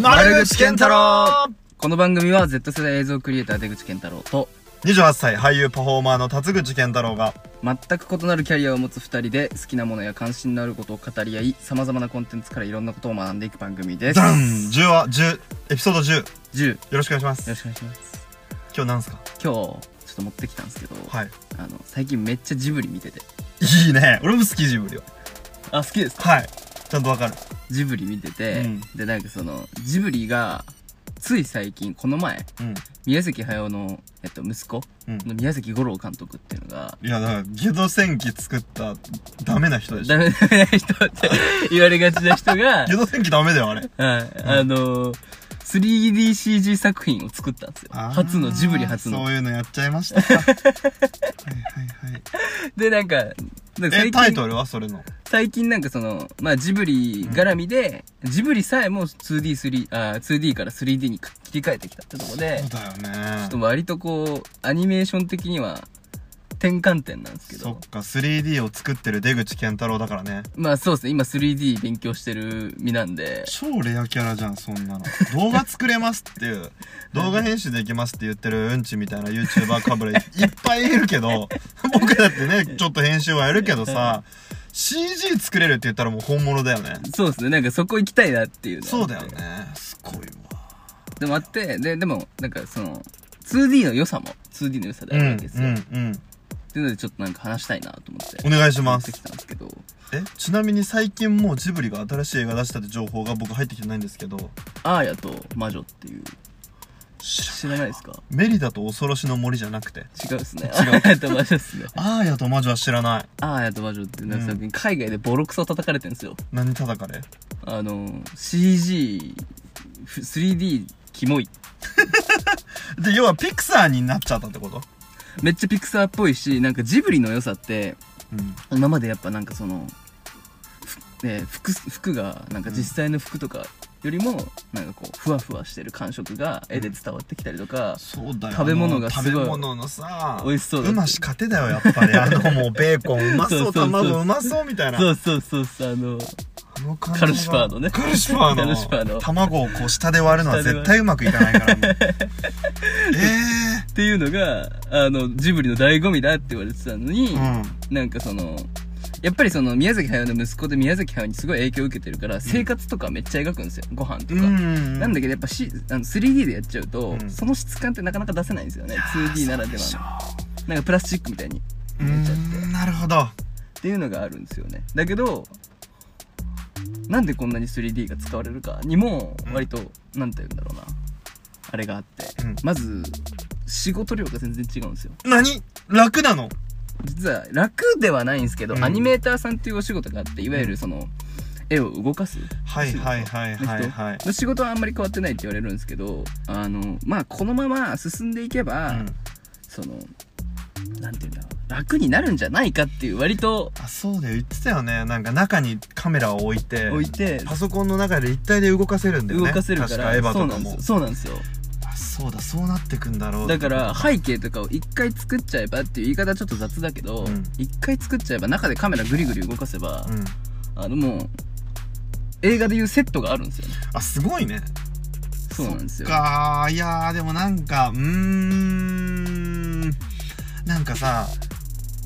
丸口健太郎この番組は Z 世代映像クリエイター出口健太郎と !28 歳俳優パフォーマーの辰口健太郎が全く異なるキャリアを持つ2人で好きなものや関心のあることを語り合いさまざまなコンテンツからいろんなことを学んでいく番組ですダン !10 話、10、エピソード10、よ10よろしくお願いしまろす。しくお願いします今日なんすか今日ちょっと持ってきたんですけど、はい。あの最近めっちゃジブリ見てていいね。俺も好きジブリは。あ好きですはい。ちゃんとわかる。ジブリ見てて、うんでなんかそのジブリがつい最近この前うん。宮崎駿の、えっと、息子うん。の宮崎吾郎監督っていうのがいや、だから、ゲド戦記作ったダメな人でしダょ。メダメな人って言われがちな人 がゲド戦記ダメだよ、あれ。はい、あのー、3DCG 作品を作ったんですよ。あー初の、ジブリ初のそ。ういうのやっちゃいま したか。はいはいはい。で、なんか、なんかえ、最タイト近、ルはそれの。最近なんかその、まあ、ジブリ絡みで、ジブリさえも 2D、3、あー 2D から 3D に切り替えてきたってとこでそう、だよねちょっと。割とこう、アニメーション的には、転換点なんですけそどっ、か、3D を作ってる出口健太郎だからね。まあそうですね、今 3D 勉強してる身なんで、超レアキャラじゃんそんなの動画作れますって いう動画編集できますって言ってるうんちみたいな YouTuber かぶれいっぱいいるけど 僕だってねちょっと編集はやるけどさ CG 作れるって言ったらもう本物だよねそうですね、なんかそこ行きたいなっていうのはそあうってだよねすごいわでもあって、で、でも、なんかその、2D の良さも、2D の良さでうんあうるんわけですよ。うんっていうのでちょっとなんか話したいなと思ってお願いし持まってすきたんですけどえちなみに最近もうジブリが新しい映画出したって情報が僕入ってきてないんですけどアーヤと魔女っていう知ら知らないですかメリダと恐ろしの森じゃなくて違うですね違うアーヤと魔女っすねアーヤと魔女は知らないアーヤと魔女っていうのうはん最近海外でボロクソ叩かれてるんですよ何叩かれあの CG3D キモいで要はピクサーになっちゃったってことめっちゃピクサーっぽいしなんかジブリの良さってうん今までやっぱなんかその、ふね、服服がなんか実際の服とかよりもなんかこうふわふわしてる感触が絵で伝わってきたりとか、そうだよ食べ物がすごい食べ物のさ美味しそうだったまし勝てだよやっぱりあのもうベーコンうまそそうそううそう卵うまそうみたいなそうそうそうそうあのあの感じがカルシファーのねカルシファーのカルシファーの卵をこう下で割るのは下で割る絶対うまくいかないから もうっていうのがあのジブリの醍醐味だって言われてたのに、えー、うんなんかそのやっぱりその宮崎駿の息子で宮崎駿にすごい影響を受けてるから生活とかめっちゃ描くんですよご飯とか、うんなんだけどやっぱしあの 3D でやっちゃうと、うんその質感ってなかなか出せないんですよねあー 2D ならでそうしょはのなんかプラスチックみたいにうう見えちゃってーんなるほどっていうのがあるんですよねだけどなんでこんなに 3D が使われるかにもうん割となんて言うんだろうなあれがあって、うんまず仕事量が全然違うんですよ何楽なの実は楽ではないんですけど、うんアニメーターさんっていうお仕事があっていわゆるその絵を動かすはいはいはいはいはいの仕事はあんまり変わってないって言われるんですけどあのまあこのまま進んでいけば、うんそのなんて言うんだろう楽になるんじゃないかっていう割とあそうだよ言ってたよねなんか中にカメラを置いて置いてパソコンの中で一体で動かせるんだよ動ねかせるか確からエヴァそうとかなんでもすよそうなんですよあそうだそうなってくんだろうだから背景とかを一回作っちゃえばっていう言い方はちょっと雑だけどうん一、回作っちゃえば中でカメラぐりぐり動かせば、うんあのもう映画でいうセットがあるんですよねあすごいねそうなんですよそっかーいやーでもなんかうーんなんかさ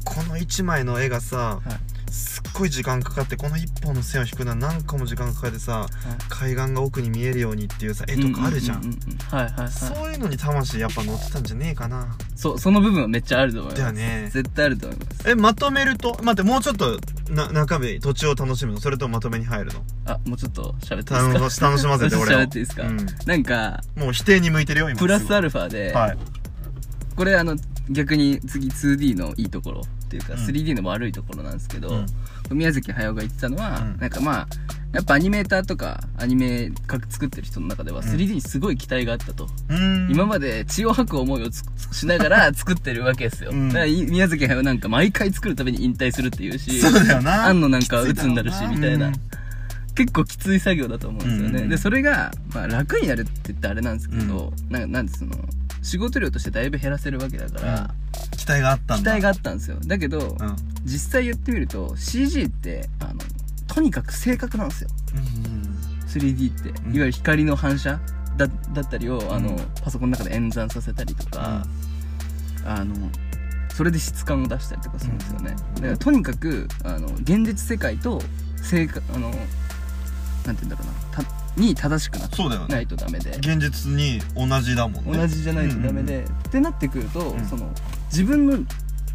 この1枚の絵がさ、はすっごい時間かかってこの1本の線を引くのは何かも時間かかってさ海岸が奥に見えるようにっていうさ絵とかあるじゃん,、ううううはいはいはいそういうのに魂やっぱ乗ってたんじゃねえかなそうその部分はめっちゃあると思いますだよね絶対あると思いますえまとめると待ってもうちょっとな中身土地を楽しむのそれともまとめに入るのあもうちょっと喋っていい楽ですしか楽しま せて俺を喋っていいですかうんなんかもう否定に向いてるよ今プラすスごいアルファで、はいこれあの逆に次 2D のいいところっていうかうん 3D の悪いところなんですけど、うん宮崎駿が言ってたのは、うんなんかまあやっぱアニメーターとかアニメか作ってる人の中ではうん 3D にすごい期待があったと、うーん今まで血を吐く思いをつしな がら作ってるわけですよ、うんだからい宮崎駿なんか毎回作るたびに引退するっていうしそうだよな庵野なんか鬱になるしきつみだたろいうな、結構きつい作業だと思うんですよね、うんでそれが、まあ、楽になるって言ってあれなんですけど、なん、なんでその仕事量としてだいぶ減らせるわけだから、期待があったん期だ待があったんですよだけど、うん実際やってみると CG ってあのとにかく正確なんですようん 3D って、んいわゆる光の反射だだったりを、あうのんパソコンの中で演算させたりとか、あのそれで質感を出したりとかするんですよね、うんだからとにかくあの現実世界と正確あのなんて言うんだろうなたに正しくなそうだよなねいとダメで現実に同じだもんね同じじゃないとダメで、ってなってくると、んその自分の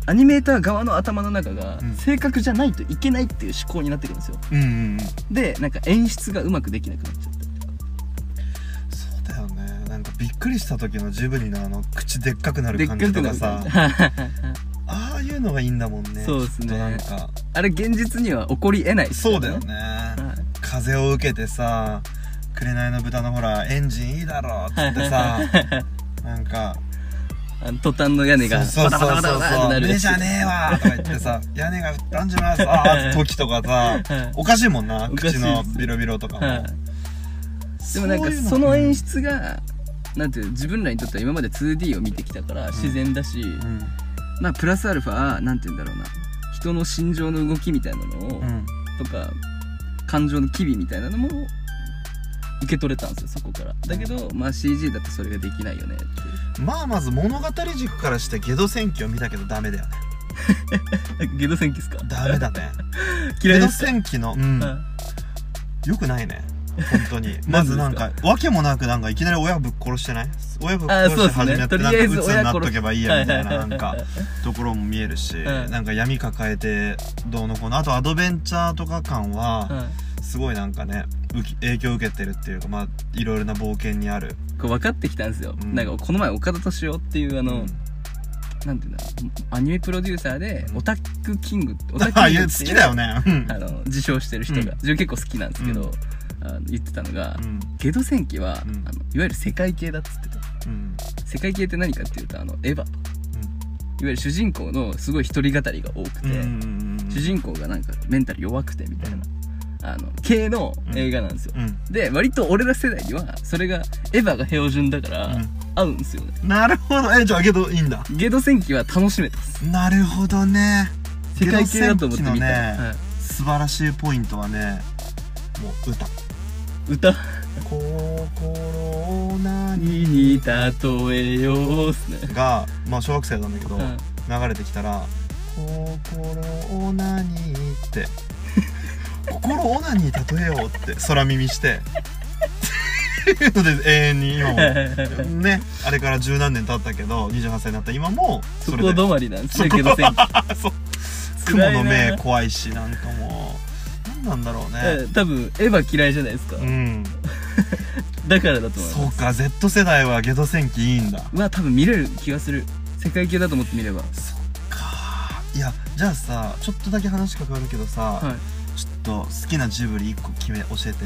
アニメーター側の頭の中がうん正確じゃないといけないっていう思考になってくるんですようんうんうんでなんか演出がうまくできなくなっちゃったりとかそうだよねなんかびっくりした時のジブリのあの口でっかくなでるっか感くなじるとかみたさいなああいうのがいいんだもんねそうっすきっねとなんか あれ現実には起こりえないっすそうだよねはい風を受けてさ「紅の豚のほらエンジンいいだろ」っつって さなんかあの途端の屋根がそうバそタうそバうタバタバタっそてなうる目じゃねえわとか言って さ屋根が吹っ飛んじまうぞーって時とかさはいおかしいもんな おかしい口っすのビロビロとかもはいでもなんかういうその演出がなんていう自分らにとっては今まで 2D を見てきたから自然だし、うんまあプラスアルファなんて言うんだろうな人の心情の動きみたいなのを、うんとか感情の機微みたいなのも受け取れたんですよそこからだけど、まあ CG だとそれができないよねってまあまず物語軸からしてゲド戦記を見たけどダメだよねいうゲド戦記ですかダメだ ねゲ嫌いでドすか戦記のうんあよくないね本当 にまずなんか訳もなくなんかいきなり親ぶっ殺してない親ぶっあー殺してそうっす始ねめてとなんりあかえ鬱ずになっとけばいいや親みたいな殺なんかところも見えるしはいなんか闇抱えてどうのこうのあとアドベンチャーとか感ははいすごいなんかね受け影響を受けてるっていうかまあいろいろな冒険にあるこう分かってきたんですよ、うんなんかこの前岡田斗司夫っていうあうの、んなんていうんだろうアニメプロデューサーでうんオタクキング オタクああいキングやって好いきうだよねうんあの自称してる人が、うん自分結構好きなんですけど、うんあの言ってたのが、うんゲド戦記は、うんあのいわゆる世界系だっつってたうん世界系って何かっていうとあのエヴァとかいわゆる主人公のすごい一人語りが多くうて、んうんうんうん主人公がなんかメンタル弱くてみたいな、あの系の映画なんですよ、うんで割と俺ら世代にはそれがエヴァが標準だから、うん合うんですよねなるほどえじゃあゲドいいんだゲド戦記は楽しめたっすなるほどね世界系だと思って見ゲド戦記た、のねは素晴らしいポイントはねもう歌い、歌心なにに例えようっすね、がまあ小学生なんだけど、はい流れてきたら「心をなに」 って「心をなにに例えよう」って空耳してっていうので永遠に今もねあれから十何年経ったけど28歳になった今もそそこれで止まりなんですねゲド戦記あ そう辛雲のいな目怖いしなんかもう何なんだろうねえ多分エヴァ嫌いじゃないですか、うんだからだと思いますそうか Z 世代はゲド戦記いいんだまあ多分見れる気がする世界系だと思って見ればそっかいやじゃあさちょっとだけ話変わるけどさ、はいちょっと好きなジブリ1個決め教えて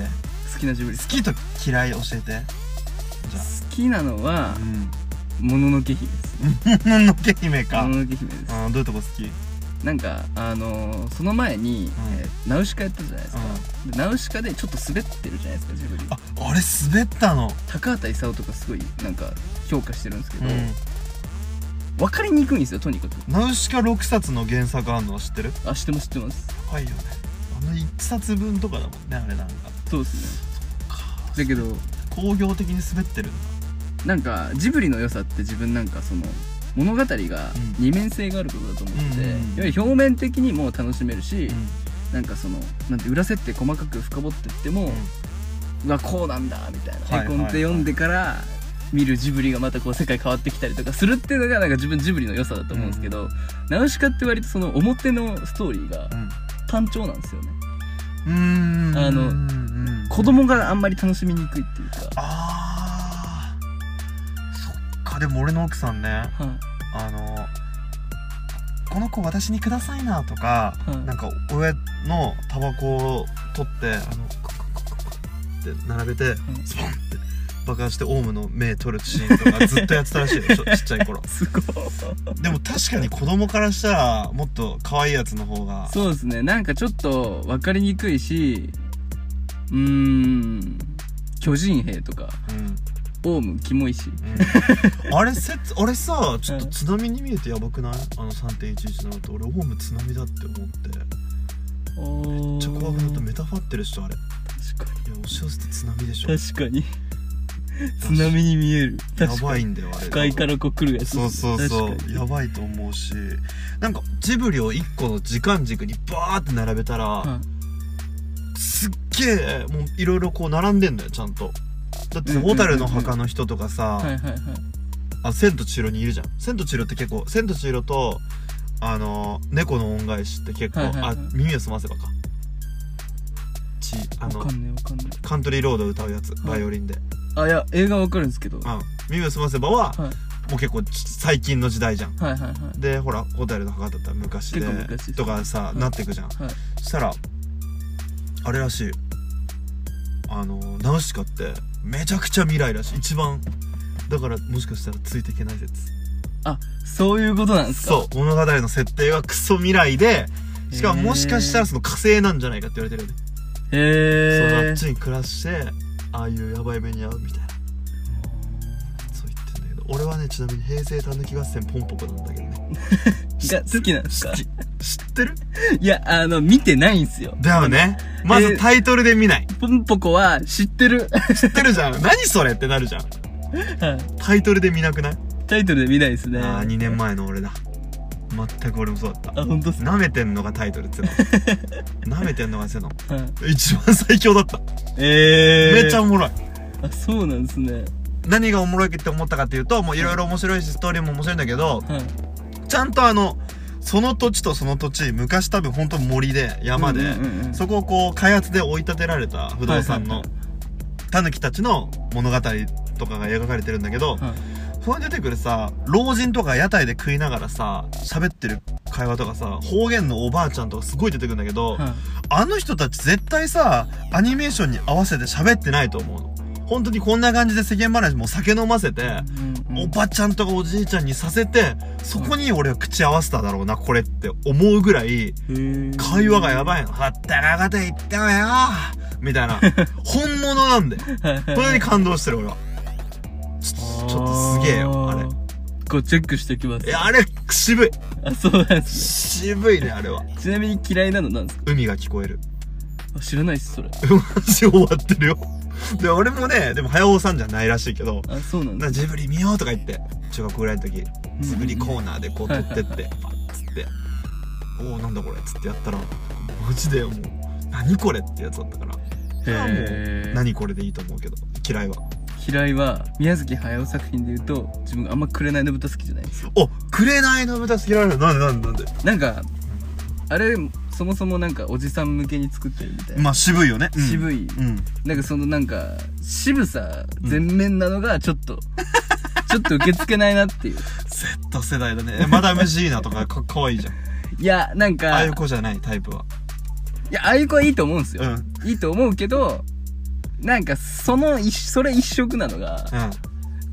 好きなジブリ好好きと嫌い教えてじゃきなのはあ うん「もののけ姫」です「もののけ姫もか」ののけ姫ですうんどういうとこ好きなんかあのーその前に、うんえーナウシカやったじゃないですか、でナウシカでちょっと滑ってるじゃないですかジブリああれ滑ったの高畑勲とかすごいなんか評価してるんですけうど、ん分かりにくいんですよとにかくナウシカ6冊の原作あんのは知ってるあ知ってます知ってます怖いよねあの1冊分とかだもんねあれなんかそうですねだけど工業的に滑ってるんなんかジブリの良さって自分なんかその物語がん二面性があることだと思ってて、うんうんうんいわゆる表面的にも楽しめるし、だなんかそのなんて裏設定細かく深掘ってってうもん、うわこうなんだみたいな、はいはいはいへこんで読んでから見るジブリがまたこう世界変わってきたりとかするっていうのがなんか自分ジブリの良さだと思うんですけど、ナウシカって割とその表のストーリーが単調なんですよねうんうんあのうん子供があんまり楽しみにくいっていうか、あーそっかでも俺の奥さんねはあの「この子私にくださいな」とか、はいなんか親のタバコを取ってあのクククククって並べていスポンって爆発してオウムの目取るシーンと かずっとやってたらしいよちょちっちゃい頃 すごいでも確かに子供からしたらもっと可愛いやつの方がそうですねなんかちょっと分かりにくいしうーん巨人兵とかうんオウムキモいしうん あれせあれさちょっと津波に見えてやばくないあの3.11の後俺ホーム津波だって思ってめっちゃ怖パーフだとメタファってる人あれい確かや押し寄せて津波でしょに確かに津波に見えるや確かばにいんだよあれ不快からこう来るやつそうそうそ確かうにやばいと思うしなんかジブリを1個の時間軸にバーって並べたら、はすっげえもういろいろこう並んでんだよちゃんとだってさうんうんうんうん蛍の墓の人とかさ、いはいはいはいあ千と千尋にいるじゃん千と千尋って結構千と千尋とあの猫の恩返しって結構、はいはいはいあ耳を澄ませばかちあわのかんないわかんないカントリーロード歌うやついバイオリンで、あいや映画わかるんですけどはうん、耳を澄ませばは、いはいもう結構ち最近の時代じゃんはいはいでほら蛍の墓だったら昔で結構昔ですとかさ、はいなってくじゃんはいそしたらあれらしいあのナウシカってめちゃくちゃ未来らしい一番だからもしかしたらついていけない説あそういうことなんですかそう物語の設定はクソ未来でしかももしかしたらその火星なんじゃないかって言われてるよね、そのあへえっちに暮らしてああいうやばい目に遭うみたいなそう言ってんだけど俺はねちなみに平成たぬき合戦ポンポコなんだけどねが好きなんですか知ってるいやあの見てないんすよだよねまずタイトルで見ないポンポコは知ってる知ってるじゃん 何それってなるじゃんはいタイトルで見なくないタイトルで見ないですねああ2年前の俺だ全く俺もそうだったあ本当っすねなめてんのがタイトルっ つうのなめてんのがせのはい一番最強だったええめっちゃおもろいあそうなんですね何がおもろいって思ったかっていうともういろいろ面白いしストーリーも面白いんだけどはいちゃんとあのその土地とその土地昔多分本当森で山で、うんうんうんうんそこをこう開発で追い立てられた不動産のはいタヌキたちの物語とかが描かれてるんだけど、はいそこに出てくるさ老人とか屋台で食いながらさ喋ってる会話とかさ方言のおばあちゃんとかすごい出てくるんだけど、はいあの人たち絶対さアニメーションに合わせて喋ってないと思うの本当にこんな感じで世間話もう酒飲ませて、うんうんおばちゃんとかおじいちゃんにさせてそこに俺は口合わせただろうなこれって思うぐらい会話がやばいの「はったらかて言ったわよ」み たいな本物なんではいはいそれに感動してる俺はちょちょっとすげえよあれこうチェックしておきますいやあれ渋いあそうなんです渋いねあれはねちなみに嫌いなのなんですか海が聞こえる あ知らないっすそれ話終わってるよで俺もねでも早尾さんじゃないらしいけどあそうなんなだんかジブリ見ようとか言って中学ぐらいの時んジブリコーナーでこう撮ってってパッつって「おおなんだこれ」っつってやったらマジでもう「何これ」ってやつだったからそれはもへうー何これでいいと思うけど嫌いは嫌いは宮崎駿作品で言うと自分あんま紅の豚好きじゃないんですよお紅の豚好きなのなんでなんでなんでなんかあれそもそもなんかおじさん向けに作ってるみたいな、まあ渋いよね、うん渋いうんなんかそのなんか渋さ全面なのがちょっ と、ちょっと受け付けないなっていう Z 世代だねえマダム・ジーナとかかかわいい じゃんいやなんかああいう子じゃないタイプはいやああいう子はいいと思うんですよう、んうんいいと思うけどなんかその一それ一色なのが、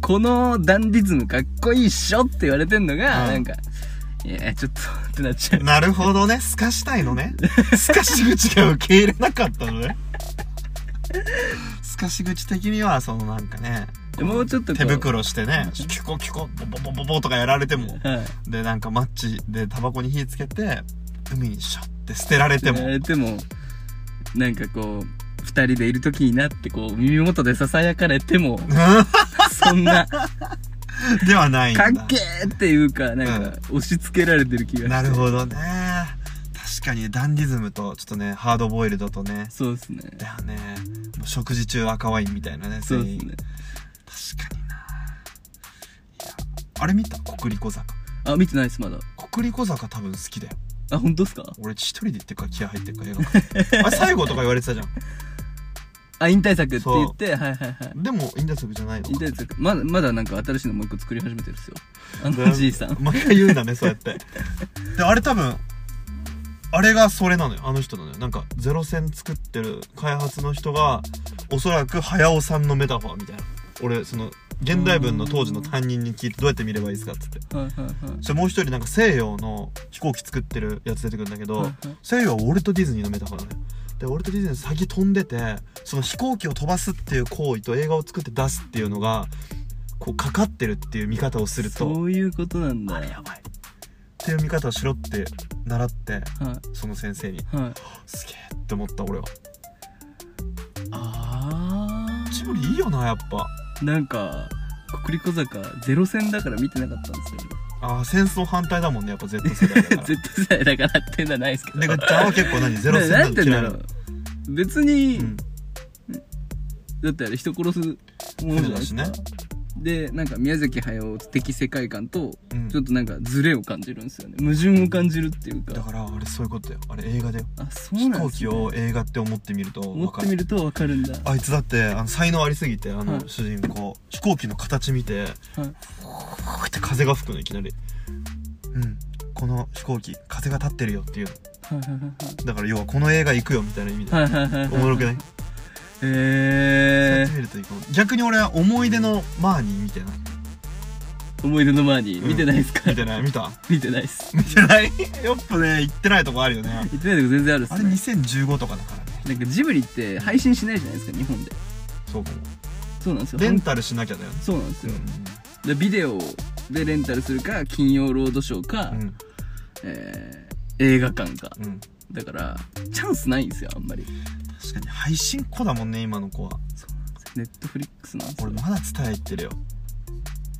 このダンディズムかっこいいっしょって言われてんのが、うんなんかいやちょっとってなっちゃうなるほどねすかしたいのねすかし口が受け入れなかったのねすかし口的にはそのなんかねもうちょっとこう手袋してねキュコキュコボボボボボとかやられてもはいでなんかマッチでタバコに火つけて海にシャッて捨てられてやもられてもなんかこう二人でいる時になってこう耳元でささやかれてもそんなかではないんだっけーっていうかなんか押し付けられてる気がしてなるほどね確かにダンディズムとちょっとねハードボイルドとねそうですねだよねもう食事中赤ワインみたいなねそうで全すね員確かにないやあれ見た国立小坂あ見てないですまだ国立小坂多分好きだよあ本当ですか俺一人で行ってっから気合入ってっから映画 館あれ最後とか言われてたじゃんあ引退作って言ってはいはいはいでもインダスじゃないの引退作まだまだなんか新しいのもう一個作り始めてるんですよだあのじいさん毎回言うんだねそうやってであれ多分あれがそれなのよあの人なのよなんかゼロ戦作ってる開発の人がおそらく早尾さんのメタファーみたいな俺その現代文の当時の担任に聞いてどうやって見ればいいですかっつってはいはいはいそしたらもう一人なんか西洋の飛行機作ってるやつ出てくるんだけど、はいはい西洋はウォルト・ディズニーのメタファーなのよでウォルト・ディズニー先飛んでてその飛行機を飛ばすっていう行為と映画を作って出すっていうのがこうかかってるっていう見方をするとそういうことなんだはいばいっていう見方をしろって習ってその先生にはいすげえってって思った俺はあジブリいいよなやっぱあなんか国立小坂ゼロ戦だから見てなかったんですよあー戦争反対だもんねやっぱ Z 世代 だか Z 世代だからっていうのはないですけどらでかちゃんは結構何ゼロ戦ななんだてっ言嫌いなうんだのろう別に、うんだってあれ人殺すものじゃないですか、そうだでなんか宮崎駿的世界観とうんちょっとなんかズレを感じるんですよね矛盾を感じるっていうかだからあれそういうことよあれ映画だよあそう飛なん行です機ねを映画って思ってみると持分っかてみるるとわかるんだあいつだってあの才能ありすぎてあはのい主人公、飛行機の形見てはいふーって風が吹くのいきなりうんこの飛行機風が立ってるよっていうはだから要はこの映画行くよみたいな意味でいはいはいはいおもろくないやえってみるといいかも逆に俺は思い出のマーニーみたいなー、思い出の前に見てないですか、見て ない見た見てないっす見てないやっぱね行ってないとこあるよね 見てないとこ全然あるっすあねれ2015とかだからねなんかジブリって配信しないじゃないですか日本でそうかもそうなんですよレンタルしなきゃだよねそうなんですうんよ、でビデオでレンタルするか金曜ロードショーか、うんえー映画館かうんだからチャンスないんですよあんまり確かに配信っ子だもんね今の子はネットフリックスなんです俺よまだ伝え行ってるよ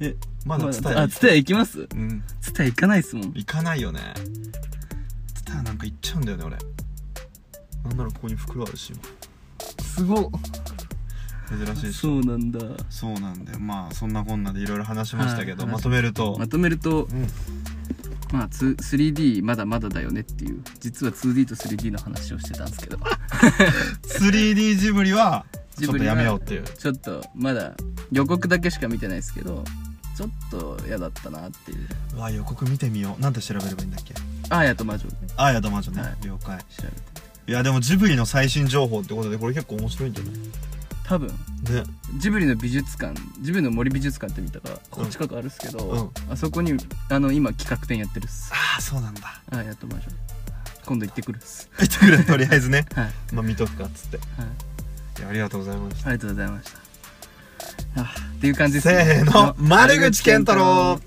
えまだ伝えあ行って伝え行きますうん伝え行かないっすもん行かないよね伝えなんか行っちゃうんだよね俺なんならここに袋あるしすごっ今珍しいでしそうなんだそうなんだよまあそんなこんなでいろいろ話しましたけどはいまとめるとまとめるとうんまあつ 3D まだまだだよねっていう実は 2D と 3D の話をしてたんですけど 3D ジブリはちジょっブとリやはめようっていうちょっとまだ予告だけしか見てないですけどちょっと嫌だったなっていううわ予告見てみようなんて調べればいいんだっけあーやと魔女ねあーやだ魔女ね、はい了解調べていやでもジブリの最新情報ってことでこれ結構面白いんじゃ多分ないねジブリの美術館ジブリの森美術館って見たかここ近くあるっすけど、うあそこにあの今企画展やってるっすああそうなんだあーやと魔女今度行ってくるっす 言ってくれとりあえずねはい、はい、まあ見とくかっつっていやありがとうございましたありがとうございましたあーっていう感じです、せーの丸口健太郎